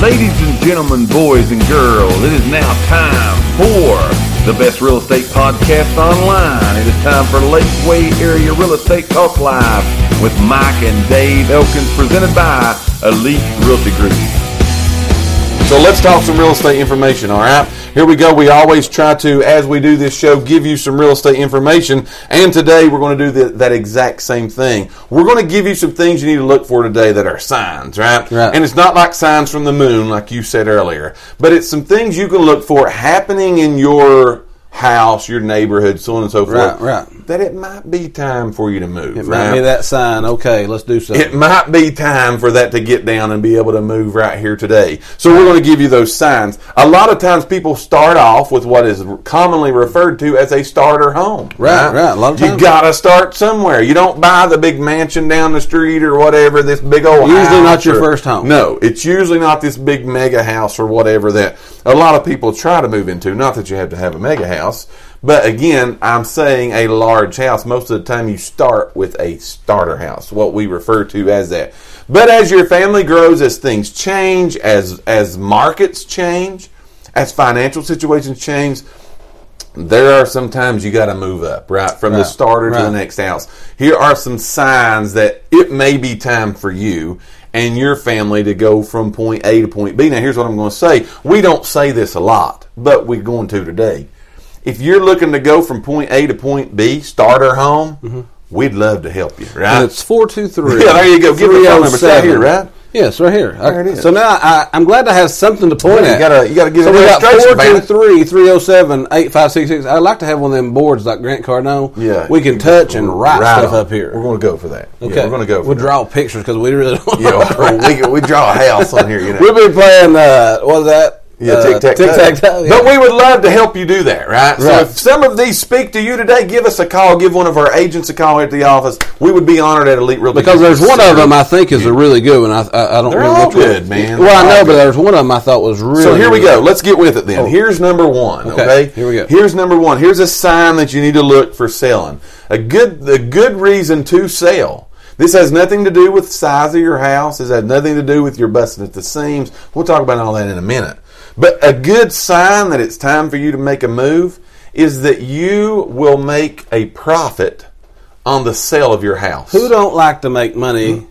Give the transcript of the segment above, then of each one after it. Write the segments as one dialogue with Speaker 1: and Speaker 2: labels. Speaker 1: Ladies and gentlemen, boys and girls, it is now time for the best real estate podcast online. It is time for Lakeway Area Real Estate Talk Live with Mike and Dave Elkins, presented by Elite Realty Group.
Speaker 2: So let's talk some real estate information, all right? Here we go. We always try to, as we do this show, give you some real estate information. And today we're going to do the, that exact same thing. We're going to give you some things you need to look for today that are signs, right?
Speaker 3: Right.
Speaker 2: And it's not like signs from the moon, like you said earlier, but it's some things you can look for happening in your house, your neighborhood, so on and so forth.
Speaker 3: Right, right.
Speaker 2: That it might be time for you to move.
Speaker 3: It might be that sign. Okay, let's do something.
Speaker 2: It might be time for that to get down and be able to move right here today. So we're going to give you those signs. A lot of times people start off with what is commonly referred to as a starter home.
Speaker 3: Right, right. A lot of
Speaker 2: you
Speaker 3: times.
Speaker 2: got to start somewhere. You don't buy the big mansion down the street or whatever. This big old
Speaker 3: Usually
Speaker 2: house
Speaker 3: not your
Speaker 2: or-
Speaker 3: first home.
Speaker 2: No, it's usually not this big mega house or whatever that a lot of people try to move into. Not that you have to have a mega house. But again, I'm saying a large house. Most of the time, you start with a starter house, what we refer to as that. But as your family grows, as things change, as as markets change, as financial situations change, there are some times you got to move up, right, from the
Speaker 3: Right,
Speaker 2: starter to the
Speaker 3: right.
Speaker 2: next house. Here are some signs that it may be time for you and your family to go from point A to point B. Now, here's what I'm going to say. We don't say this a lot, but we're going to today. If you're looking to go from point A to point B, starter home, we'd love to help you, right?
Speaker 3: Mm-hmm. And it's 423.
Speaker 2: Yeah, there you go. Give me your phone number. It's right
Speaker 3: 307.
Speaker 2: here, right?
Speaker 3: Yes, right here.
Speaker 2: There it is.
Speaker 3: So now I, I'm glad to have something to point
Speaker 2: Yeah, you
Speaker 3: at.
Speaker 2: gotta- you gotta give
Speaker 3: oh
Speaker 2: an
Speaker 3: so we got
Speaker 2: illustration, baby.
Speaker 3: 423 307 8566. I'd like to have one of them boards like Grant Cardone.
Speaker 2: yeah.
Speaker 3: We can touch and write
Speaker 2: Right
Speaker 3: stuff
Speaker 2: on.
Speaker 3: up here.
Speaker 2: We're going to go for that. Yeah,
Speaker 3: okay.
Speaker 2: we're going to go for
Speaker 3: We'll
Speaker 2: that.
Speaker 3: draw pictures because we really don't.
Speaker 2: Yeah, we, could- we draw a house on here, you know.
Speaker 3: We'll be playing, uh, what is that? Uh,
Speaker 2: Yeah, tic tac
Speaker 3: Tic tac toe.
Speaker 2: But we would love to help you do that, right? So
Speaker 3: Right.
Speaker 2: if some of these speak to you today, give us a call. Give one of our agents a call at the office. We would be honored at Elite Realty
Speaker 3: Because there's one of them
Speaker 2: I
Speaker 3: I think is a really good one. I, I, I don't
Speaker 2: They're
Speaker 3: remember
Speaker 2: all
Speaker 3: which one.
Speaker 2: good, man.
Speaker 3: Well,
Speaker 2: They're
Speaker 3: I
Speaker 2: all
Speaker 3: know, but
Speaker 2: good.
Speaker 3: there's one of them I thought was really.
Speaker 2: so here we
Speaker 3: good. Oh.
Speaker 2: go. Let's get with it then. Here's number one. Okay.
Speaker 3: Okay, here we go.
Speaker 2: Here's number one. Here's a sign that you need to look for selling. A good a good reason to sell. This has nothing to do with size of your house. This has nothing to do with your busting at the seams. We'll talk about all that in a minute. But a good sign that it's time for you to make a move is that you will make a profit on the sale of your house.
Speaker 3: Who don't like to make money?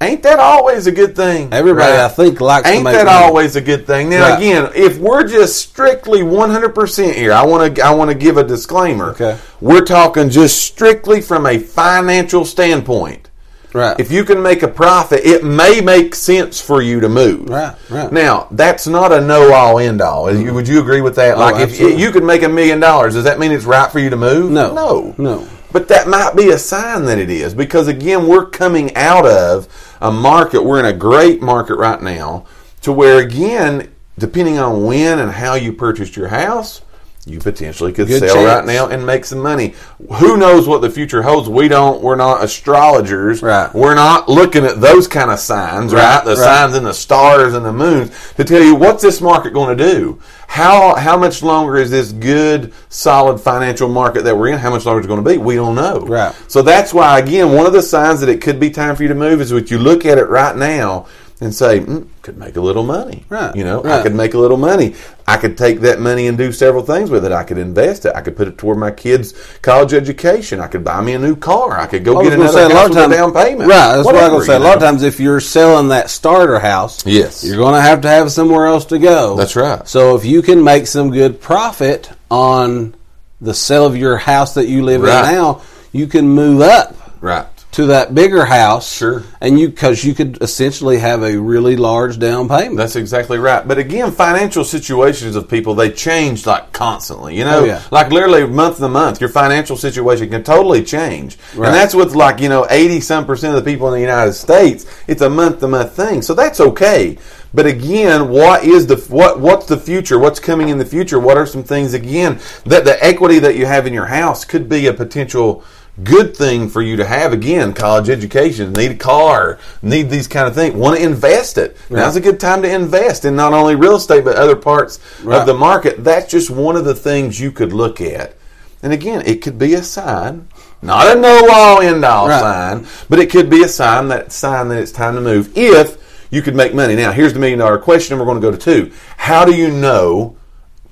Speaker 2: Ain't that always a good thing?
Speaker 3: Everybody, I think, likes to
Speaker 2: Ain't
Speaker 3: make
Speaker 2: that
Speaker 3: money.
Speaker 2: always a good thing? Now,
Speaker 3: Right.
Speaker 2: again, if we're just strictly one hundred percent here, I want to I want to give a disclaimer.
Speaker 3: Okay.
Speaker 2: we're talking just strictly from a financial standpoint.
Speaker 3: Right.
Speaker 2: If you can make a profit, it may make sense for you to move.
Speaker 3: Right, right.
Speaker 2: Now, that's not a no all end all. Is- Would you agree with that? like, if
Speaker 3: Oh, absolutely.
Speaker 2: you could make a million dollars, does that mean it's right for you to move?
Speaker 3: No.
Speaker 2: no,
Speaker 3: No.
Speaker 2: But that might be a sign that it is because again, we're coming out of a market. We're in a great market right now, to where again, depending on when and how you purchased your house. You potentially could
Speaker 3: Good
Speaker 2: sell right
Speaker 3: chance.
Speaker 2: now and make some money. Who knows what the future holds? We don't. We're not astrologers.
Speaker 3: Right.
Speaker 2: We're not looking at those kind of signs. Right.
Speaker 3: Right,
Speaker 2: The
Speaker 3: right.
Speaker 2: signs and the stars and the moons to tell you what's this market going to do. How how much longer is this good solid financial market that we're in? How much longer is it going to be? We don't know.
Speaker 3: Right.
Speaker 2: So that's why again one of the signs that it could be time for you to move is what you look at it right now and say mm, could make a little money.
Speaker 3: Right,
Speaker 2: You know I
Speaker 3: right.
Speaker 2: could make a little money. I could take that money and do several things with it. I could invest it. I could put it toward my kids' college education. I could buy me a new car. I could go
Speaker 3: I was
Speaker 2: get
Speaker 3: gonna
Speaker 2: another
Speaker 3: say, a lot
Speaker 2: house
Speaker 3: of
Speaker 2: with a
Speaker 3: times-
Speaker 2: down payment.
Speaker 3: Right, that's what I was
Speaker 2: Whatever,
Speaker 3: going to say. A
Speaker 2: you
Speaker 3: lot of
Speaker 2: know.
Speaker 3: times, if you're selling that starter house,
Speaker 2: Yes.
Speaker 3: you're going to have to have somewhere else to go.
Speaker 2: That's right.
Speaker 3: So if you can make some good profit on the sale of your house that you live
Speaker 2: Right.
Speaker 3: in now, you can move up
Speaker 2: Right.
Speaker 3: to that bigger house.
Speaker 2: Sure.
Speaker 3: and you because you could essentially have a really large down payment.
Speaker 2: That's exactly right. But again, financial situations of people they change like constantly. You know,
Speaker 3: Oh, yeah.
Speaker 2: like literally month to month, your financial situation can totally change,
Speaker 3: Right.
Speaker 2: and that's with like you know eighty some percent of the people in the United States. It's a month to month thing, so that's okay. But again, what is the what? What's the future? What's coming in the future? What are some things again that the equity that you have in your house could be a potential good thing for you to have again college education need a car need these kind of things want to invest it now's a good time to invest in not only real estate but other parts of
Speaker 3: Right.
Speaker 2: the market that's just one of the things you could look at and again it could be a sign not a no all end all
Speaker 3: Right.
Speaker 2: sign but it could be a sign that sign that it's time to move if you could make money. Now, here's the million dollar question, and we're going to go to two. How do you know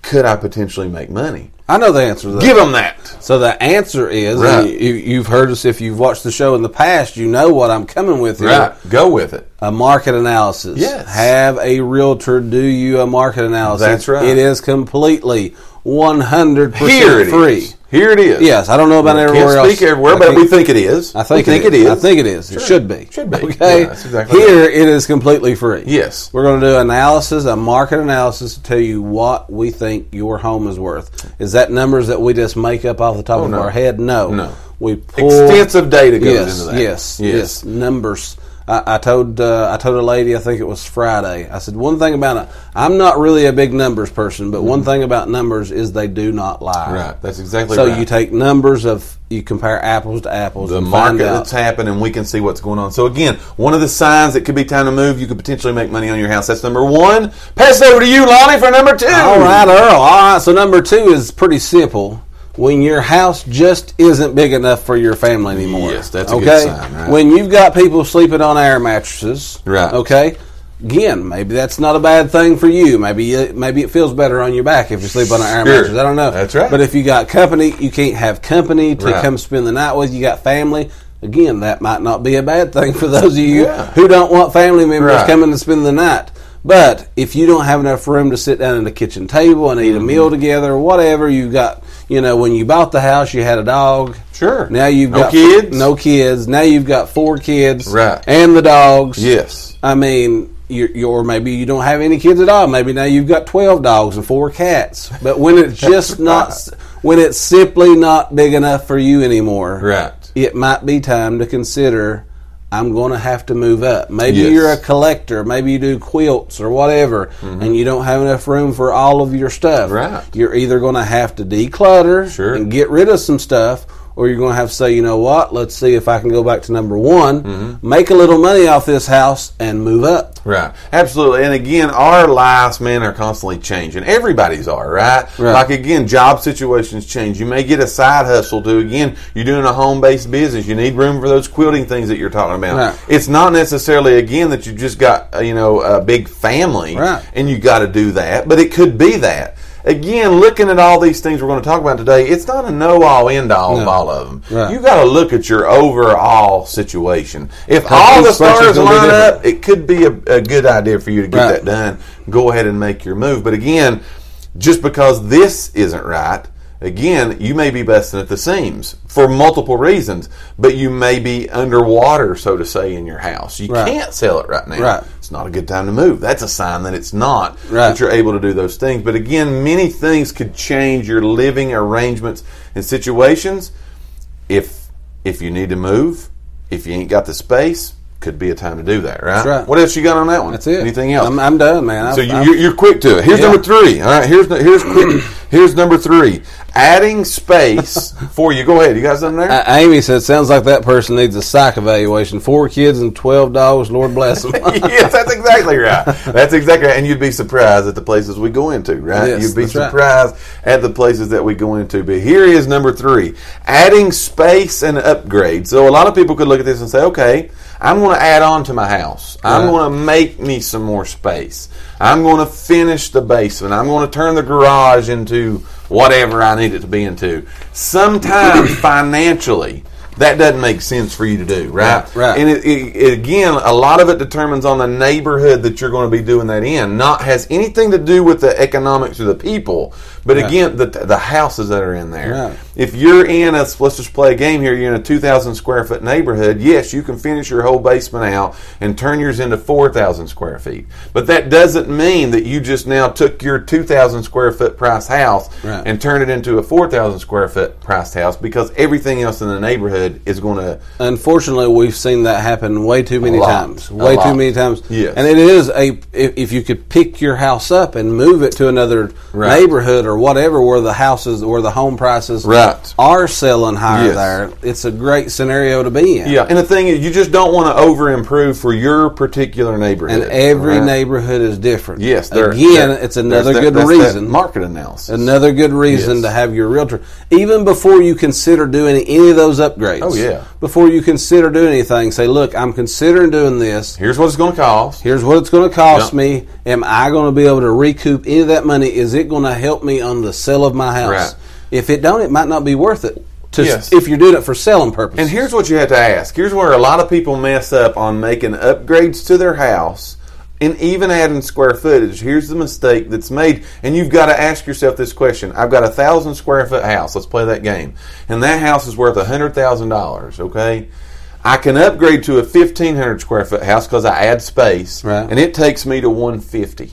Speaker 2: could I potentially make money?
Speaker 3: I know the answer to that.
Speaker 2: Give them that.
Speaker 3: So the answer is,
Speaker 2: Right.
Speaker 3: and you, you've heard us if you've watched the show in the past, you know what I'm coming with here.
Speaker 2: Right. Go with it.
Speaker 3: A market analysis.
Speaker 2: Yes.
Speaker 3: Have a realtor do you a market analysis.
Speaker 2: That's right.
Speaker 3: It is completely 100%
Speaker 2: Here it is.
Speaker 3: free.
Speaker 2: Here it is.
Speaker 3: Yes, I don't know about everywhere
Speaker 2: Can't
Speaker 3: else.
Speaker 2: speak everywhere,
Speaker 3: I
Speaker 2: but
Speaker 3: think-
Speaker 2: we think it is.
Speaker 3: I think,
Speaker 2: we think
Speaker 3: it is.
Speaker 2: it is.
Speaker 3: I think it is. It
Speaker 2: Sure.
Speaker 3: should be.
Speaker 2: Should be.
Speaker 3: Okay.
Speaker 2: Yeah, that's exactly
Speaker 3: Here it is completely free.
Speaker 2: Yes.
Speaker 3: We're going to do analysis, a market analysis to tell you what we think your home is worth. Is that numbers that we just make up off the top of
Speaker 2: Oh, no.
Speaker 3: our head? No.
Speaker 2: No.
Speaker 3: We pull
Speaker 2: Extensive data goes
Speaker 3: yes,
Speaker 2: into that.
Speaker 3: Yes, yes, Numbers. I, I told uh, I told a lady I think it was Friday. I said one thing about it. I'm not really a big numbers person, but one thing about numbers is they do not lie.
Speaker 2: Mm-hmm. Right. That's exactly
Speaker 3: So
Speaker 2: right.
Speaker 3: you take numbers of you compare apples to apples.
Speaker 2: the
Speaker 3: and
Speaker 2: market
Speaker 3: find out.
Speaker 2: that's happening, we can see what's going on. So again, one of the signs that could be time to move, you could potentially make money on your house. That's number one. Pass it over to you, Lonnie, for number two.
Speaker 3: All right, Earl. All right. So number two is pretty simple. When your house just isn't big enough for your family anymore.
Speaker 2: Yes, that's a good sign, right.
Speaker 3: When you've got people sleeping on air mattresses.
Speaker 2: Right.
Speaker 3: Okay. Again, maybe that's not a bad thing for you. Maybe you, maybe it feels better on your back if you sleep on an air
Speaker 2: Sure.
Speaker 3: mattress. I don't know.
Speaker 2: That's right.
Speaker 3: But if you got company, you can't have company to
Speaker 2: Right.
Speaker 3: come spend the night with. You got family. Again, that might not be a bad thing for those of you
Speaker 2: Yeah.
Speaker 3: who don't want family members
Speaker 2: Right.
Speaker 3: coming to spend the night. But if you don't have enough room to sit down at a kitchen table and eat a meal
Speaker 2: Mm-hmm.
Speaker 3: together, whatever you got, you know, when you bought the house, you had a dog.
Speaker 2: Sure.
Speaker 3: Now you've
Speaker 2: No
Speaker 3: got
Speaker 2: kids?
Speaker 3: No kids. Now you've got four kids.
Speaker 2: Right.
Speaker 3: And the dogs.
Speaker 2: Yes.
Speaker 3: I mean, you're, you or maybe you don't have any kids at all. Maybe now you've got twelve dogs and four cats. But when it's just not, when it's simply not big enough for you anymore,
Speaker 2: Right.
Speaker 3: It might be time to consider. I'm going to have to move up. Maybe
Speaker 2: Yes.
Speaker 3: you're a collector. Maybe you do quilts or whatever, and you don't have enough room for all of your stuff.
Speaker 2: Mm-hmm. Right.
Speaker 3: You're either going to have to declutter
Speaker 2: Sure.
Speaker 3: and get rid of some stuff, or you're going to have to say, you know what? Let's see if I can go back to number one,
Speaker 2: Mm-hmm.
Speaker 3: make a little money off this house, and move up.
Speaker 2: Right. Absolutely. And again, our lives, man, are constantly changing. Everybody's are, right?
Speaker 3: Right.
Speaker 2: Like again, job situations change. You may get a side hustle to again, you're doing a home based business. You need room for those quilting things that you're talking about.
Speaker 3: Right.
Speaker 2: It's not necessarily again that you just got uh, you know a big family
Speaker 3: Right.
Speaker 2: and you got to do that, but it could be that. Again, looking at all these things we're going to talk about today, it's not a no all end all of
Speaker 3: No.
Speaker 2: all of them.
Speaker 3: Right.
Speaker 2: You got to look at your overall situation. If all
Speaker 3: each
Speaker 2: the
Speaker 3: person's
Speaker 2: stars
Speaker 3: gonna be
Speaker 2: line
Speaker 3: different.
Speaker 2: up, it could be a, a good idea for you to get
Speaker 3: Right.
Speaker 2: that done. Go ahead and make your move. But again, just because this isn't right, again, you may be busting at the seams for multiple reasons, but you may be underwater, so to say, in your house. You
Speaker 3: Right.
Speaker 2: can't sell it right now.
Speaker 3: Right.
Speaker 2: It's not a good time to move. That's a sign that it's not
Speaker 3: Right.
Speaker 2: that you're able to do those things. But again, many things could change your living arrangements and situations if if you need to move, if you ain't got the space, could be a time to do that, right?
Speaker 3: right.
Speaker 2: What else you got on that one?
Speaker 3: That's it.
Speaker 2: Anything else?
Speaker 3: I'm, I'm done, man. I've-
Speaker 2: so you,
Speaker 3: I've-
Speaker 2: you're, you're quick to it. Here's
Speaker 3: Yeah.
Speaker 2: number three. All right. Here's the- here's quick. here's number three. Adding space for you. Go ahead. You guys done there?
Speaker 3: A- Amy said, "Sounds like that person needs a psych evaluation. Four kids and twelve dogs. Lord bless them."
Speaker 2: yes, that's exactly right. That's exactly right. And you'd be surprised at the places we go into, right?
Speaker 3: Yes,
Speaker 2: you'd be
Speaker 3: that's right.
Speaker 2: surprised at the places that we go into. But here is number three adding space and upgrades. So a lot of people could look at this and say, okay, I'm going to add on to my house. I'm
Speaker 3: Right.
Speaker 2: going to make me some more space. I'm going to finish the basement. I'm going to turn the garage into whatever I need it to be into. Sometimes financially, that doesn't make sense for you to do, right?
Speaker 3: Right, right.
Speaker 2: And it, it, it- again, a lot of it determines on the neighborhood that you're going to be doing that in. Not has anything to do with the economics of the people, but again, the the houses that are in there.
Speaker 3: Right.
Speaker 2: If you're in a let's just play a game here. You're in a 2,000 square foot neighborhood. Yes, you can finish your whole basement out and turn yours into 4,000 square feet. But that doesn't mean that you just now took your 2,000 square foot price house
Speaker 3: Right.
Speaker 2: and turned it into a 4,000 square foot priced house because everything else in the neighborhood is going to
Speaker 3: Unfortunately, we've seen that happen way too many
Speaker 2: lot.
Speaker 3: times.
Speaker 2: A
Speaker 3: Way too
Speaker 2: lot.
Speaker 3: many times.
Speaker 2: Yes.
Speaker 3: And it is a if, if you could pick your house up and move it to another
Speaker 2: Right.
Speaker 3: neighborhood or whatever where the houses where the home prices
Speaker 2: Right.
Speaker 3: are selling higher
Speaker 2: Yes.
Speaker 3: there, it's a great scenario to be in.
Speaker 2: Yeah, and the thing is, you just don't want to over improve for your particular neighborhood.
Speaker 3: And every
Speaker 2: right?
Speaker 3: neighborhood is different.
Speaker 2: Yes, there-
Speaker 3: again,
Speaker 2: there-
Speaker 3: it's another
Speaker 2: there's that-
Speaker 3: good
Speaker 2: that's that
Speaker 3: reason.
Speaker 2: market analysis.
Speaker 3: Another good reason
Speaker 2: Yes.
Speaker 3: to have your realtor, even before you consider doing any of those upgrades.
Speaker 2: Oh, yeah.
Speaker 3: Before you consider doing anything, say, look, I'm considering doing this.
Speaker 2: Here's what it's going to cost.
Speaker 3: Here's what it's going to cost
Speaker 2: Yeah.
Speaker 3: me. Am I going to be able to recoup any of that money? Is it going to help me on the sale of my house?
Speaker 2: Right.
Speaker 3: If it don't, it might not be worth it. To
Speaker 2: Yes.
Speaker 3: if you're doing it for selling purposes.
Speaker 2: And here's what you have to ask. Here's where a lot of people mess up on making upgrades to their house and even adding square footage. Here's the mistake that's made. And you've got to ask yourself this question. I've got a thousand square foot house. Let's play that game. And that house is worth a hundred thousand dollars, okay? I can upgrade to a fifteen hundred square foot house because I add space.
Speaker 3: Right.
Speaker 2: And it takes me to one fifty.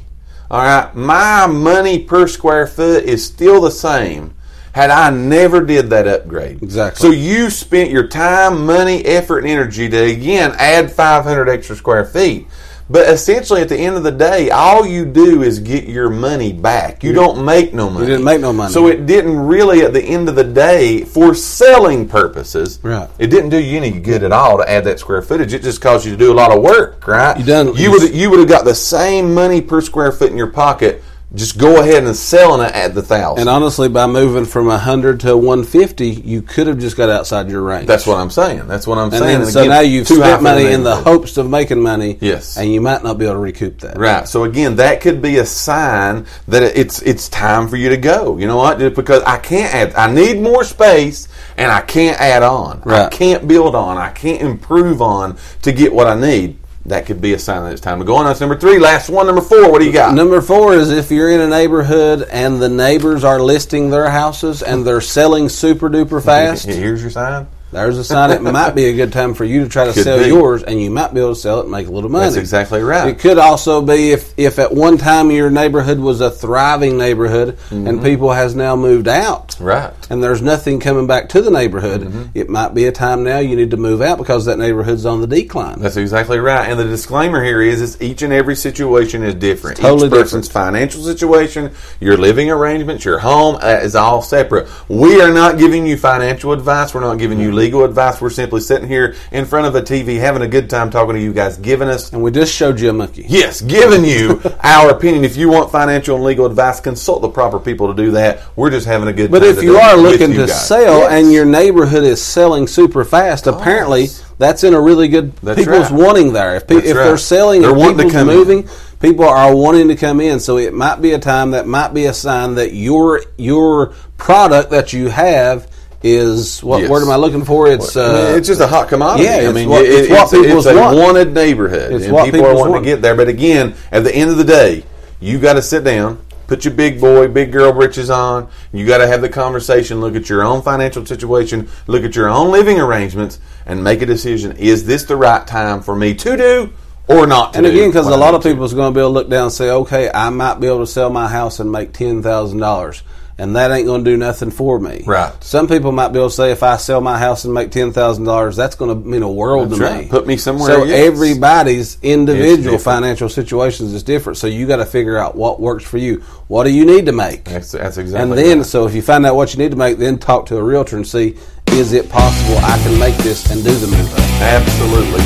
Speaker 2: All right. My money per square foot is still the same had I never did that upgrade.
Speaker 3: Exactly.
Speaker 2: So you spent your time, money, effort, and energy to again add 500 extra square feet. But essentially, at the end of the day, all you do is get your money back. You don't make no money.
Speaker 3: didn't make no money.
Speaker 2: So it didn't really, at the end of the day, for selling purposes,
Speaker 3: Right.
Speaker 2: it didn't do you any good at all to add that square footage. It just caused you to do a lot of work, right?
Speaker 3: You done-
Speaker 2: You would you would have got the same money per square foot in your pocket. Just go ahead and selling it at the thousand.
Speaker 3: And honestly, by moving from 100 to 150, you could have just got outside your range.
Speaker 2: That's what I'm saying. That's what I'm
Speaker 3: and
Speaker 2: saying.
Speaker 3: then,
Speaker 2: And
Speaker 3: so
Speaker 2: again,
Speaker 3: now you've
Speaker 2: too high
Speaker 3: spent
Speaker 2: for
Speaker 3: money in the
Speaker 2: neighborhood.
Speaker 3: hopes of making money.
Speaker 2: Yes.
Speaker 3: And you might not be able to recoup that.
Speaker 2: Right. So again, that could be a sign that it's it's time for you to go. You know what? Just because I can't add, I need more space, and I can't add on. I
Speaker 3: Right.
Speaker 2: can't build on. I can't improve on to get what I need. That could be a sign that it's time to go on. That's number three. Last one. Number four. What do you got?
Speaker 3: Number four is if you're in a neighborhood and the neighbors are listing their houses and they're selling super duper fast,
Speaker 2: Here's your sign.
Speaker 3: there's a sign it might be a good time for you to try to
Speaker 2: Could
Speaker 3: sell
Speaker 2: be.
Speaker 3: yours and you might be able to sell it and make a little money.
Speaker 2: That's exactly right.
Speaker 3: It could also be if, if at one time your neighborhood was a thriving neighborhood and people has now moved out.
Speaker 2: Mm-hmm. Right. Mm-hmm.
Speaker 3: and there's nothing coming back to the neighborhood, it might be a time now you need to move out because that neighborhood's on the decline.
Speaker 2: That's exactly right. And the disclaimer here is, is each and every situation is different.
Speaker 3: totally
Speaker 2: each person's financial situation, your living arrangements, your home uh, is all separate. We are not giving you financial advice. We're not giving you
Speaker 3: Mm-hmm.
Speaker 2: legal advice. We're simply sitting here in front of a TV having a good time talking to you guys, giving us
Speaker 3: and we just showed you a monkey.
Speaker 2: Yes, giving you our opinion. If you want financial and legal advice, consult the proper people to do that. We're just having a good
Speaker 3: But
Speaker 2: time.
Speaker 3: if you
Speaker 2: today
Speaker 3: are
Speaker 2: with
Speaker 3: looking
Speaker 2: you
Speaker 3: to
Speaker 2: guys.
Speaker 3: sell
Speaker 2: Yes.
Speaker 3: and your neighborhood is selling super fast, apparently that's in a really good
Speaker 2: That's
Speaker 3: people's
Speaker 2: right.
Speaker 3: wanting there. If, pe- if
Speaker 2: That's right.
Speaker 3: they're selling
Speaker 2: They're
Speaker 3: and
Speaker 2: wanting to
Speaker 3: people's
Speaker 2: come in.
Speaker 3: moving, people are wanting to come in. So it might be a time that might be a sign that your your product that you have is what
Speaker 2: Yes.
Speaker 3: word am I looking for? It's
Speaker 2: I mean,
Speaker 3: uh,
Speaker 2: it's just a hot commodity.
Speaker 3: yeah,
Speaker 2: I
Speaker 3: it's
Speaker 2: mean,
Speaker 3: what-
Speaker 2: it-
Speaker 3: it's what
Speaker 2: it's, it's
Speaker 3: people's
Speaker 2: a
Speaker 3: want.
Speaker 2: wanted neighborhood,
Speaker 3: It's
Speaker 2: and
Speaker 3: what
Speaker 2: people are
Speaker 3: people's
Speaker 2: wanting
Speaker 3: want.
Speaker 2: to get there. But again, at the end of the day, you got to sit down, put your big boy, big girl britches on. You got to have the conversation. Look at your own financial situation. Look at your own living arrangements, and make a decision: Is this the right time for me to do or not to
Speaker 3: And
Speaker 2: do?
Speaker 3: again, because
Speaker 2: what
Speaker 3: a
Speaker 2: I
Speaker 3: lot
Speaker 2: need
Speaker 3: of
Speaker 2: to?
Speaker 3: people is going to be able to look down and say, "Okay, I might be able to sell my house and make ten thousand dollars, and that ain't going to do nothing for me."
Speaker 2: Right.
Speaker 3: Some people might be able to say, "If I sell my house and make ten thousand dollars, that's going to mean a world
Speaker 2: That's
Speaker 3: to
Speaker 2: right.
Speaker 3: me."
Speaker 2: Put me somewhere,
Speaker 3: So
Speaker 2: yes.
Speaker 3: everybody's
Speaker 2: It's
Speaker 3: individual
Speaker 2: different.
Speaker 3: financial situations is different. So you got to figure out what works for you. What do you need to make?
Speaker 2: That's, that's exactly.
Speaker 3: and then,
Speaker 2: right.
Speaker 3: so if you find out what you need to make, then talk to a realtor and see, is it possible I can make this and do the move? up?
Speaker 2: absolutely.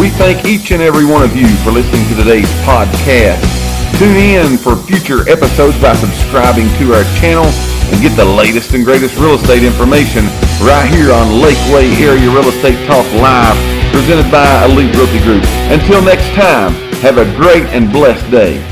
Speaker 1: We thank each and every one of you for listening to today's podcast. Tune in for future episodes by subscribing to our channel and get the latest and greatest real estate information right here on Lakeway Area Real Estate Talk Live, presented by Elite Realty Group. Until next time, have a great and blessed day.